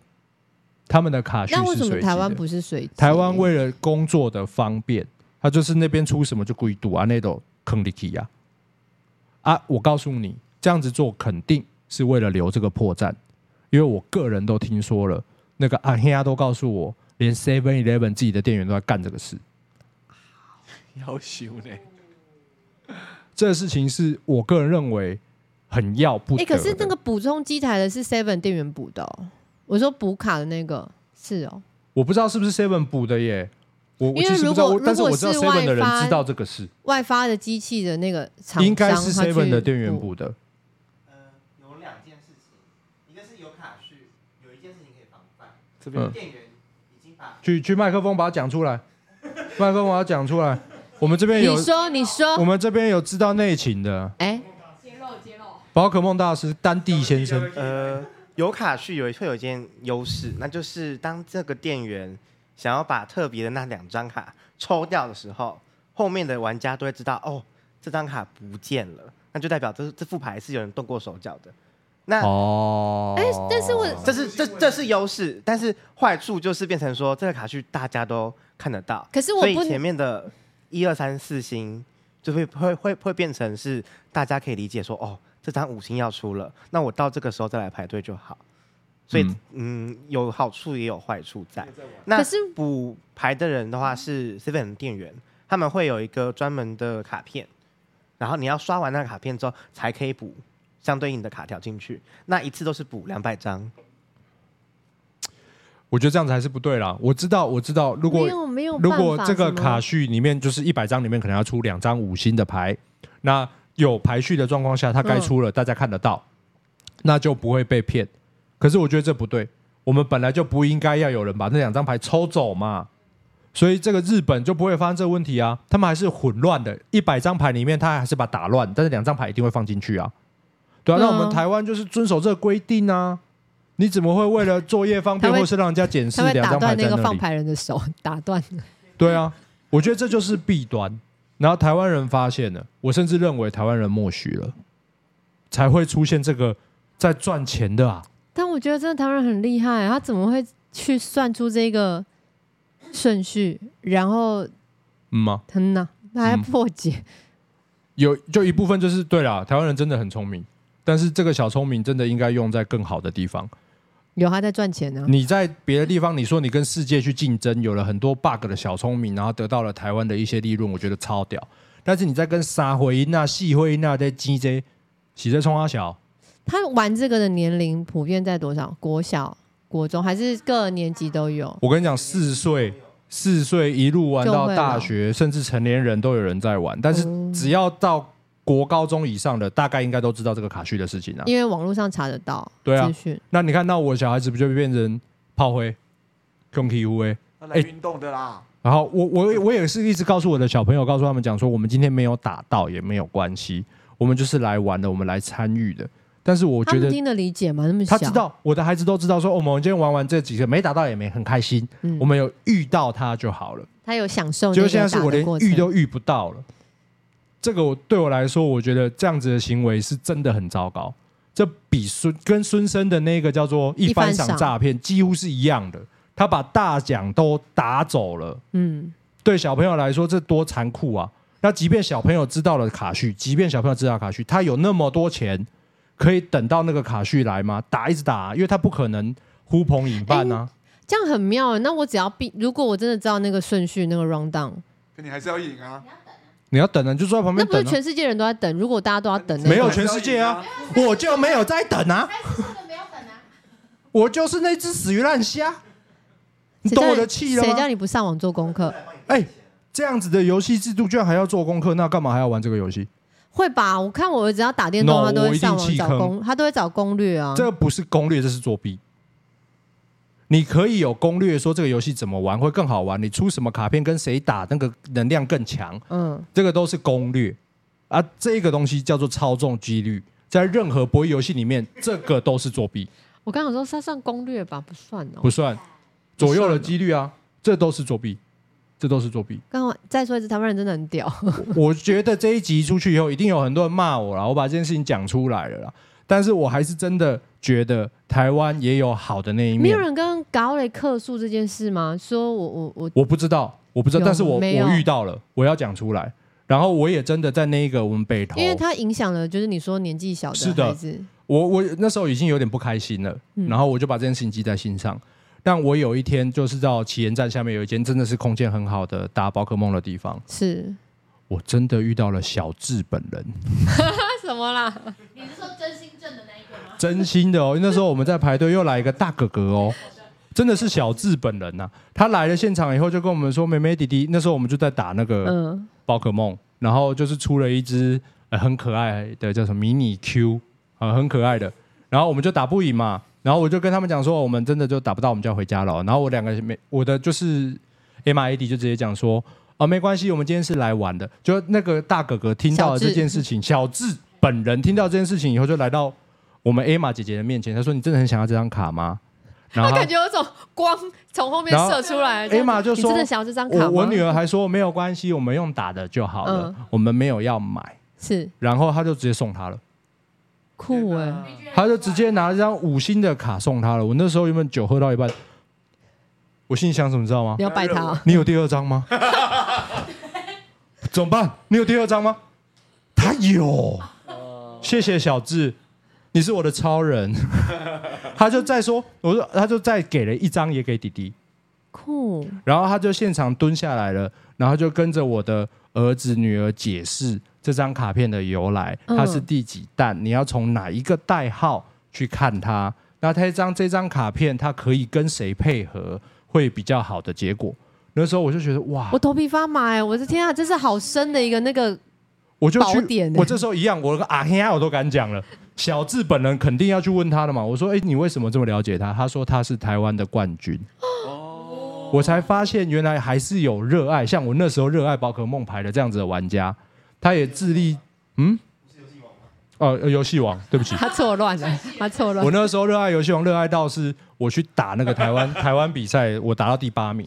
[SPEAKER 2] 他们的卡序
[SPEAKER 1] 那为什
[SPEAKER 2] 是
[SPEAKER 1] 么
[SPEAKER 2] 随机
[SPEAKER 1] 台湾
[SPEAKER 2] 的。
[SPEAKER 1] 不是随机？
[SPEAKER 2] 台湾为了工作的方便，他就是那边出什么就故意赌啊，那种坑里去呀。啊，我告诉你，这样子做肯定是为了留这个破绽，因为我个人都听说了，那个阿黑亚都告诉我，连 Seven Eleven 自己的店员都在干这个事。
[SPEAKER 3] 要修呢？
[SPEAKER 2] 这个事情是我个人认为很要不得
[SPEAKER 1] 哎，
[SPEAKER 2] 的。
[SPEAKER 1] 可是那个补充机台的是 Seven 店员补的哦，我说补卡的那个是哦，
[SPEAKER 2] 我不知道是不是 Seven 补的耶，我我
[SPEAKER 1] 因为
[SPEAKER 2] 其实不
[SPEAKER 1] 如
[SPEAKER 2] 知道，
[SPEAKER 1] 果
[SPEAKER 2] 我但是
[SPEAKER 1] 如果
[SPEAKER 2] 我知道
[SPEAKER 1] 是
[SPEAKER 2] Seven 的人
[SPEAKER 1] 外发
[SPEAKER 2] 知道这个事，
[SPEAKER 1] 外发的机器的那个厂商
[SPEAKER 2] 应该是
[SPEAKER 1] 他去
[SPEAKER 2] Seven 的店员补的。
[SPEAKER 5] 呃，有两件事情，一个是有卡序，有一件事情可以防范，
[SPEAKER 3] 这边
[SPEAKER 2] 嗯
[SPEAKER 5] 店员已经把
[SPEAKER 2] 去去麦克风把它讲出来， 麦克风把它讲出来。我们这边有哦
[SPEAKER 1] 你，说你
[SPEAKER 2] 我
[SPEAKER 1] 说，
[SPEAKER 2] 们这边有知道内情的
[SPEAKER 1] 哎，
[SPEAKER 2] 宝可梦大师丹帝先生。
[SPEAKER 5] 呃有卡序有会有一件优势，那就是当这个店员想要把特别的那两张卡抽掉的时候，后面的玩家都会知道哦，这张卡不见了，那就代表这这副牌是有人动过手脚的。那
[SPEAKER 2] 哦，
[SPEAKER 1] 哎但是我
[SPEAKER 5] 这是这这是优势，但是坏处就是变成说这个卡序大家都看得到，
[SPEAKER 1] 可是我
[SPEAKER 5] 所以
[SPEAKER 1] 不
[SPEAKER 5] 前面的一二三四星就会会会会变成是大家可以理解说哦，这张五星要出了，那我到这个时候再来排队就好。所以嗯有好处也有坏处在。那
[SPEAKER 1] 可是
[SPEAKER 5] 补牌的人的话是 Seven 店员，他们会有一个专门的卡片，然后你要刷完那个卡片之后才可以补相对应的卡条进去。那一次都是补两百张。
[SPEAKER 2] 我觉得这样子还是不对啦。我知道，我知道，如果
[SPEAKER 1] 没有没有
[SPEAKER 2] 如
[SPEAKER 1] 办法，
[SPEAKER 2] 果这个
[SPEAKER 1] 怎么
[SPEAKER 2] 卡序里面就是一百张里面可能要出两张五星的牌，那有排序的状况下，它该出了，大家看得到，那就不会被骗。可是我觉得这不对，我们本来就不应该要有人把那两张牌抽走嘛，所以这个日本就不会发生这个问题啊。他们还是混乱的，一百张牌里面他还是把它打乱，但是两张牌一定会放进去啊。对啊，
[SPEAKER 1] 对啊
[SPEAKER 2] 那我们台湾就是遵守这个规定啊。你怎么会为了作业方便，
[SPEAKER 1] 他会
[SPEAKER 2] 或是让人家检视
[SPEAKER 1] 他会
[SPEAKER 2] 两
[SPEAKER 1] 打
[SPEAKER 2] 张牌
[SPEAKER 1] 断
[SPEAKER 2] 在
[SPEAKER 1] 那
[SPEAKER 2] 那
[SPEAKER 1] 个
[SPEAKER 2] 里？
[SPEAKER 1] 放牌人的手， 打断。
[SPEAKER 2] 对啊，我觉得这就是弊端。然后台湾人发现了，我甚至认为台湾人默许了，才会出现这个在赚钱的啊。
[SPEAKER 1] 但我觉得真的台湾人很厉害，他怎么会去算出这个顺序，然后
[SPEAKER 2] 嗯吗、
[SPEAKER 1] 很呐，他还
[SPEAKER 2] 嗯
[SPEAKER 1] 破解，
[SPEAKER 2] 有就一部分就是对啦，台湾人真的很聪明，但是这个小聪明真的应该用在更好的地方。
[SPEAKER 1] 有他在赚钱呢、
[SPEAKER 2] 你在别的地方，你说你跟世界去竞争，有了很多 bug 的小聪明，然后得到了台湾的一些利润，我觉得超屌。但是你在跟沙回音啊、细回音啊在 G J 洗在冲阿小，
[SPEAKER 1] 他玩这个的年龄普遍在多少？国小、国中还是各年级都有？
[SPEAKER 2] 我跟你讲，四岁四岁一路玩到大学，甚至成年人都有人在玩，但是
[SPEAKER 1] 哦
[SPEAKER 2] 只要到国高中以上的，大概应该都知道这个卡序的事情啊。
[SPEAKER 1] 因为网络上查得到
[SPEAKER 2] 对啊
[SPEAKER 1] 资讯。
[SPEAKER 2] 那你看，那我小孩子不就变成炮灰、空气乌龟？
[SPEAKER 3] 他来运动的啦，
[SPEAKER 2] 然后我我我也是一直告诉我的小朋友，告诉他们讲说，我们今天没有打到也没有关系，我们就是来玩的，我们来参与的。但是我
[SPEAKER 1] 他
[SPEAKER 2] 觉
[SPEAKER 1] 们
[SPEAKER 2] 得
[SPEAKER 1] 听得理解吗？那么小，
[SPEAKER 2] 他知道我的孩子都知道说，哦我们今天玩完这几个没打到也没很开心，
[SPEAKER 1] 嗯
[SPEAKER 2] 我们有遇到他就好了。
[SPEAKER 1] 他有享受哦那
[SPEAKER 2] 就
[SPEAKER 1] 个
[SPEAKER 2] 现在是
[SPEAKER 1] 打
[SPEAKER 2] 我
[SPEAKER 1] 的
[SPEAKER 2] 连
[SPEAKER 1] 过程。
[SPEAKER 2] 遇都遇不到了。这个我对我来说，我觉得这样子的行为是真的很糟糕。这比孙跟孙生的那个叫做一番赏诈骗几乎是一样的，他把大奖都打走了。
[SPEAKER 1] 嗯，
[SPEAKER 2] 对小朋友来说，这多残酷啊！那即便小朋友知道了卡序，即便小朋友知道卡序，他有那么多钱，可以等到那个卡序来吗？打一直打啊、因为他不可能呼朋引伴啊。
[SPEAKER 1] 这样很妙欸。那我只要避，如果我真的知道那个顺序、那个 round down，
[SPEAKER 3] 可你还是要赢啊，
[SPEAKER 2] 你要等啊，你就坐在旁
[SPEAKER 1] 那
[SPEAKER 2] 边
[SPEAKER 1] 不是
[SPEAKER 2] 等啊。
[SPEAKER 1] 全世界人都在等？如果大家都要等那个，
[SPEAKER 2] 没有
[SPEAKER 3] 你还
[SPEAKER 2] 全
[SPEAKER 3] 是要
[SPEAKER 2] 世界啊
[SPEAKER 3] 赢，
[SPEAKER 2] 我就没有在等啊。
[SPEAKER 4] 三十岁的没有等啊，
[SPEAKER 2] 我就是那只死鱼烂虾，你
[SPEAKER 1] 谁叫
[SPEAKER 2] 懂我的气了
[SPEAKER 1] 谁叫
[SPEAKER 2] 吗？
[SPEAKER 1] 你不上网做功课？
[SPEAKER 2] 哎，这样子的游戏制度居然还要做功课，那干嘛还要玩这个游戏？
[SPEAKER 1] 会吧？我看我儿子要打电动
[SPEAKER 2] No，
[SPEAKER 1] 他都
[SPEAKER 2] 我
[SPEAKER 1] 会
[SPEAKER 2] 一定
[SPEAKER 1] 上网
[SPEAKER 2] 弃
[SPEAKER 1] 找
[SPEAKER 2] 坑
[SPEAKER 1] 攻，他都会找攻略啊。
[SPEAKER 2] 这不是攻略，这是作弊。你可以有攻略，说这个游戏怎么玩会更好玩，你出什么卡片跟谁打，那个能量更强，
[SPEAKER 1] 嗯，
[SPEAKER 2] 这个都是攻略啊。这个东西叫做操纵几率，在任何博弈游戏里面，这个都是作弊，
[SPEAKER 1] 我刚想说他算攻略吧，不算哦。
[SPEAKER 2] 不算左右的几率啊，这都是作弊，这都是作弊。
[SPEAKER 1] 刚刚再说一次，台湾人真的很屌。
[SPEAKER 2] 我觉得这一集出去以后，一定有很多人骂我啦，我把这件事情讲出来了啦。但是我还是真的觉得台湾也有好的那一
[SPEAKER 1] 没有
[SPEAKER 2] 面。
[SPEAKER 1] 人跟高磊客诉这件事吗？说我我我
[SPEAKER 2] 我不知道，我不知道，
[SPEAKER 1] 有
[SPEAKER 2] 但是我
[SPEAKER 1] 没有
[SPEAKER 2] 我遇到了，我要讲出来。然后我也真的在那一个我们北投，
[SPEAKER 1] 因为他影响了，就是你说年纪小
[SPEAKER 2] 是的
[SPEAKER 1] 孩子，
[SPEAKER 2] 我我那时候已经有点不开心了，
[SPEAKER 1] 嗯
[SPEAKER 2] 然后我就把这件事情记在心上。但我有一天就是到奇岩站下面有一间真的是空间很好的打宝可梦的地方，
[SPEAKER 1] 是
[SPEAKER 2] 我真的遇到了小智本人。
[SPEAKER 1] 那啊什么啦？
[SPEAKER 4] 你是说真心正的那一个吗？
[SPEAKER 2] 真心的哦，那时候我们在排队，又来一个大哥哥哦，真的是小智本人呐、他来了现场以后，就跟我们说：“妹妹弟弟。”那时候我们就在打那个
[SPEAKER 1] 嗯，
[SPEAKER 2] 宝可梦，然后就是出了一只、呃、很可爱的叫什么迷你 Q 啊、呃很可爱的。然后我们就打不赢嘛，然后我就跟他们讲说：“我们真的就打不到，我们就要回家了哦。”然后我两个没我的就是 M I A D 就直接讲说：“哦，没关系，我们今天是来玩的。”就那个大哥哥听到
[SPEAKER 1] 小
[SPEAKER 2] 了
[SPEAKER 1] 智
[SPEAKER 2] 这件事情，小智本人听到这件事情以后，就来到我们 Emma 姐姐的面前，她说：“你真的很想要这张卡吗？”然后
[SPEAKER 1] 他
[SPEAKER 2] 她
[SPEAKER 1] 感觉有种光从后面
[SPEAKER 2] 然后
[SPEAKER 1] 射出来。
[SPEAKER 2] Emma 就
[SPEAKER 1] 你
[SPEAKER 2] 说
[SPEAKER 1] 真的想要这张卡
[SPEAKER 2] 我
[SPEAKER 1] 吗？嗯
[SPEAKER 2] 我女儿还说：“没有关系，我们用打的就好了，我们没有要买。
[SPEAKER 1] 是”
[SPEAKER 2] 然后她就直接送她了，
[SPEAKER 1] 酷哎、
[SPEAKER 3] 天 哪
[SPEAKER 2] 她就直接拿了张五星的卡送她了。我那时候原本酒喝到一半，我心里想什么，你知道吗
[SPEAKER 1] 你？要拜
[SPEAKER 3] 哎
[SPEAKER 1] 他、哦，
[SPEAKER 2] 你有第二张吗？怎么办？你有第二张吗？他有，谢谢小智，你是我的超人。他就再说，我说他就再给了一张也给弟弟，
[SPEAKER 1] 酷
[SPEAKER 2] 然后他就现场蹲下来了，然后就跟着我的儿子女儿解释这张卡片的由来，
[SPEAKER 1] 嗯
[SPEAKER 2] 它是第几弹，你要从哪一个代号去看它。那它一张这张卡片，它可以跟谁配合会比较好的结果。那时候我就觉得哇，
[SPEAKER 1] 我头皮发麻哎、我的天啊，这是好深的一个那 个
[SPEAKER 2] 我就去
[SPEAKER 1] 宝典欸
[SPEAKER 2] 我这时候一样，我跟阿黑啊我都敢讲了。小智本人肯定要去问他的嘛。我说：“哎、你为什么这么了解他？”他说：“他是台湾的冠军。”
[SPEAKER 3] 哦，
[SPEAKER 2] 我才发现原来还是有热爱，像我那时候热爱宝可梦牌的这样子的玩家，他也致力，嗯，哦，呃游戏王，对不起，
[SPEAKER 1] 他错乱了，他错乱
[SPEAKER 2] 我。那时候热爱游戏王，热爱到是我去打那个台湾台湾比赛，我打到第八名，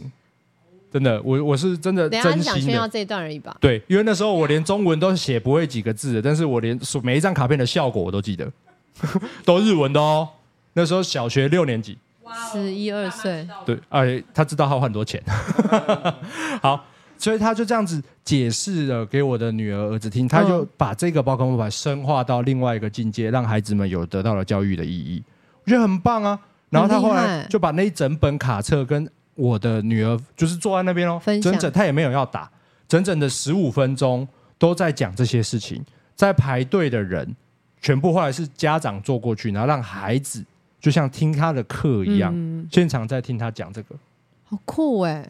[SPEAKER 2] 真的，我我是真的
[SPEAKER 1] 等一下他
[SPEAKER 2] 真
[SPEAKER 1] 是想
[SPEAKER 2] 心
[SPEAKER 1] 炫耀
[SPEAKER 2] 的。
[SPEAKER 1] 这一段而已吧？
[SPEAKER 2] 对，因为那时候我连中文都写不会几个字的，但是我连每一张卡片的效果我都记得， 都日文的哦。那时候小学六年级，
[SPEAKER 4] 哇哦
[SPEAKER 1] 十一二岁，
[SPEAKER 4] 爸妈知道
[SPEAKER 2] 对，哎，他知道他花很多 钱，好，所以他就这样子解释了给我的女儿儿子听，他就把这个宝可梦牌深化到另外一个境界，让孩子们有得到了教育的意义，我觉得很棒啊。然后他后
[SPEAKER 1] 很厉
[SPEAKER 2] 来
[SPEAKER 1] 害
[SPEAKER 2] 就把那一整本卡册跟我的女儿就是坐在那边哦，
[SPEAKER 1] 分享
[SPEAKER 2] 整整他也没有要打，整整的十五分钟都在讲这些事情，在排队的人全部后来是家长坐过去，然后让孩子就像听他的课一样，
[SPEAKER 1] 嗯
[SPEAKER 2] 现场在听他讲这个，
[SPEAKER 1] 好酷哎、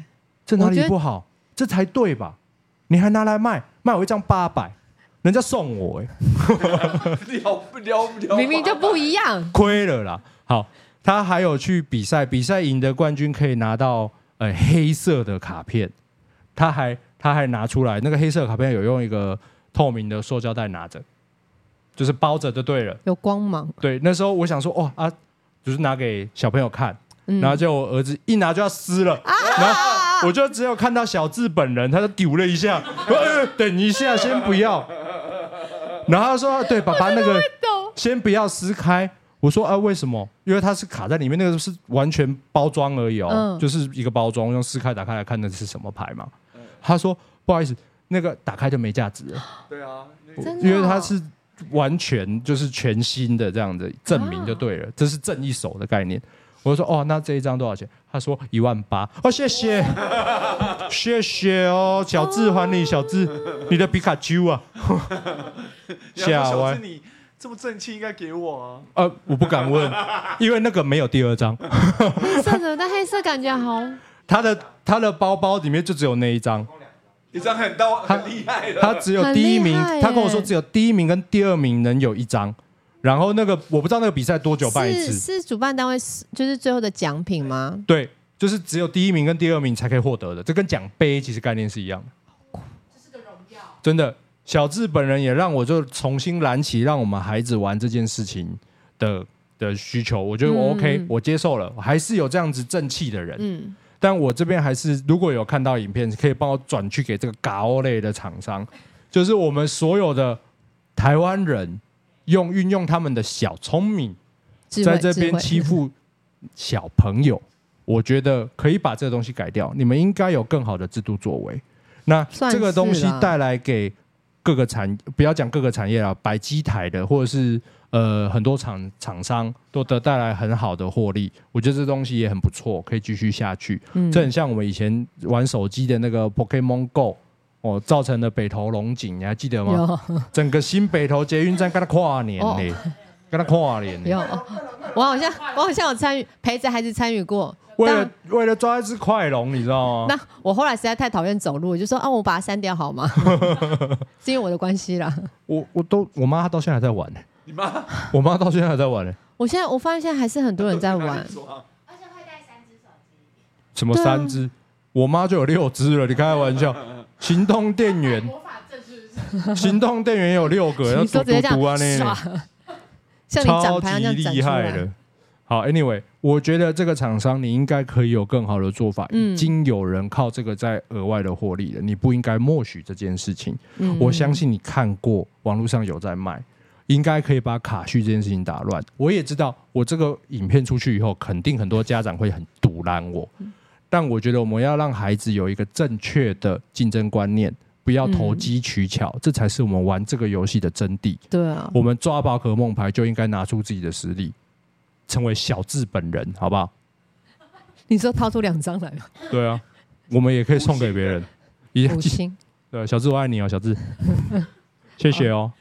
[SPEAKER 2] 这哪
[SPEAKER 1] 我觉
[SPEAKER 2] 里
[SPEAKER 1] 得
[SPEAKER 2] 不好？这才对吧？你还拿来卖，卖我一张八百，人家送我、欸，
[SPEAKER 3] 聊不聊不聊？
[SPEAKER 1] 明明就不一样。
[SPEAKER 2] 亏了啦。好，他还有去比赛，比赛赢得冠军可以拿到呃黑色的卡片，他还他还拿出来那个黑色的卡片有用一个透明的塑胶袋拿着，就是包着就对了。
[SPEAKER 1] 有光芒，
[SPEAKER 2] 对，那时候我想说，哇啊，就是拿给小朋友看，
[SPEAKER 1] 嗯啊
[SPEAKER 2] 然后就我儿子一拿就要撕了，然 后我就只有看到小智本人，他就丢了一下， 我呃等一下，先不要。然后他说，对，爸爸那个先不要撕开。我说啊，为什么？因为它是卡在里面，那个是完全包装而已哦，
[SPEAKER 1] 嗯
[SPEAKER 2] 就是一个包装，用撕开打开来看那是什么牌嘛。他说不好意思，那个打开就没价值了。
[SPEAKER 3] 对啊，那
[SPEAKER 1] 真的哦
[SPEAKER 2] 因为它是完全就是全新的这样子证明就对了，
[SPEAKER 1] 啊
[SPEAKER 2] 这是正一手的概念。我就说哦，那这一张多少钱？他说一万八。哦，谢 谢，谢谢哦，小智还你，小智，你的皮卡丘 啊，吓
[SPEAKER 3] 小
[SPEAKER 2] 歪
[SPEAKER 3] 智。你这么正气，应该给我啊。
[SPEAKER 2] 呃，我不敢问，因为那个没有第二张，
[SPEAKER 1] 黑色的，但黑色感觉 好，
[SPEAKER 2] 他的他的包包里面就只有那 一张，
[SPEAKER 3] 你这样很到很厉害的，
[SPEAKER 2] 他只有第一名
[SPEAKER 1] 很厉害，耶
[SPEAKER 2] 他跟我说只有第一名跟第二名能有一张，然后那个我不知道那个比赛多久办一次
[SPEAKER 1] 是，是主办单位是就是最后的奖品吗？
[SPEAKER 2] 对，就是只有第一名跟第二名才可以获得的，这跟奖杯其实概念是一样的。
[SPEAKER 4] 这是个荣耀。
[SPEAKER 2] 真的，小智本人也让我就重新燃起让我们孩子玩这件事情的的需求。我觉得
[SPEAKER 1] 嗯
[SPEAKER 2] 我 OK，、
[SPEAKER 1] 嗯
[SPEAKER 2] 我接受了，我还是有这样子正气的人。
[SPEAKER 1] 嗯，
[SPEAKER 2] 但我这边还是如果有看到影片，可以帮我转去给这个嘎欧类的厂商，就是我们所有的台湾人用运用他们的小聪明。
[SPEAKER 1] 智慧
[SPEAKER 2] 在这边欺，负小 朋友，我觉得可以把这个东西改掉。你们应该有更好的制度作为。那
[SPEAKER 1] 算
[SPEAKER 2] 这个东西
[SPEAKER 1] 是啦
[SPEAKER 2] 带来给各个产，不要讲各个产业啊，摆机台的或者是呃很多厂厂商都得带来很好的获利。我觉得这东西也很不错，可以继续下去。
[SPEAKER 1] 嗯
[SPEAKER 2] 这很像我们以前玩手机的那个 Pokemon Go。哦，造成了北投龙井，你还记得吗？
[SPEAKER 1] 有
[SPEAKER 2] 整个新北投捷运站跟他跨年呢、
[SPEAKER 1] 哦
[SPEAKER 2] 跟他跨年呢、
[SPEAKER 1] 有， 我好像我好像有参与陪着孩子参与过，
[SPEAKER 2] 为了为了抓一只快龙，你知道吗？
[SPEAKER 1] 那我后来实在太讨厌走路，我就说啊，我把它删掉好 吗？是因为我的关系啦。
[SPEAKER 2] 我我都我妈到现在还在玩呢、
[SPEAKER 3] 你妈
[SPEAKER 2] 我妈到现在还在玩呢、
[SPEAKER 1] 我现在我发现现在还是很多人 在玩，
[SPEAKER 4] 而且会带三只手机，
[SPEAKER 2] 什么
[SPEAKER 1] 对啊
[SPEAKER 2] 三只，我妈就有六只了，你开玩笑？行动电 源，
[SPEAKER 4] 魔法阵是不是？
[SPEAKER 2] 行动电源也有六个，要
[SPEAKER 1] 你
[SPEAKER 2] 读
[SPEAKER 1] 说直
[SPEAKER 2] 读
[SPEAKER 1] 接这样
[SPEAKER 2] 读啊
[SPEAKER 1] 刷
[SPEAKER 2] 那，
[SPEAKER 1] 像你
[SPEAKER 2] 超
[SPEAKER 1] 展盘
[SPEAKER 2] 级
[SPEAKER 1] 一样这样展
[SPEAKER 2] 厉
[SPEAKER 1] 出
[SPEAKER 2] 害
[SPEAKER 1] 来
[SPEAKER 2] 的。。好，Anyway，我觉得这个厂商你应该可以有更好的做法，
[SPEAKER 1] 嗯
[SPEAKER 2] 已经有人靠这个在额外的获利了，你不应该默许这件事情。
[SPEAKER 1] 嗯
[SPEAKER 2] 我相信你看过，网络上有在卖，应该可以把卡序这件事情打乱。我也知道，我这个影片出去以后，肯定很多家长会很堵拦我，但我觉得我们要让孩子有一个正确的竞争观念，不要投机取巧，这才是我们玩这个游戏的真谛。
[SPEAKER 1] 对啊，
[SPEAKER 2] 我们抓宝可梦牌就应该拿出自己的实力，成为小智本人，好不好？
[SPEAKER 1] 你说掏出两张来 吗？
[SPEAKER 2] 对啊，我们也可以送给别人。一
[SPEAKER 1] 五星，
[SPEAKER 2] 对，小智我爱你哦，小 智，谢谢哦。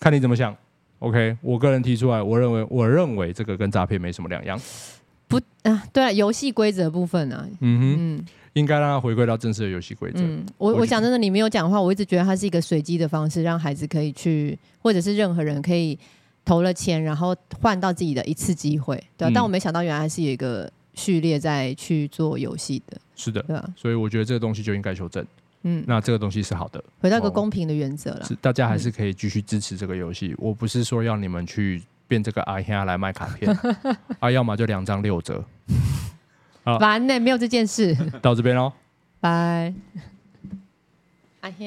[SPEAKER 2] 看你怎么想。OK，我个人提出来，我认为我认为这个跟诈骗没什么两样。
[SPEAKER 1] 啊，对啊，游戏规则部分啊，
[SPEAKER 2] 嗯哼，
[SPEAKER 1] 嗯
[SPEAKER 2] 应该让它回归到正式的游戏规则。
[SPEAKER 1] 嗯，我
[SPEAKER 2] 我觉
[SPEAKER 1] 我讲真的，你没有讲的话，我一直觉得它是一个随机的方式，让孩子可以去，或者是任何人可以投了钱，然后换到自己的一次机会，对啊，
[SPEAKER 2] 嗯
[SPEAKER 1] 但我没想到原来是有一个序列在去做游戏的，
[SPEAKER 2] 是的，
[SPEAKER 1] 对吧？
[SPEAKER 2] 所以我觉得这个东西就应该修正。
[SPEAKER 1] 嗯，
[SPEAKER 2] 那这个东西是好的，
[SPEAKER 1] 回到一个
[SPEAKER 2] 哦
[SPEAKER 1] 公平的原则了
[SPEAKER 2] 是。大家还是可以继续支持这个游戏。我不是说要你们去变这个阿黑来卖卡 片，啊，要么就两张六折。好哦
[SPEAKER 1] 烦呢、没有这件事。
[SPEAKER 2] 到这边喽。
[SPEAKER 1] 拜。阿兄，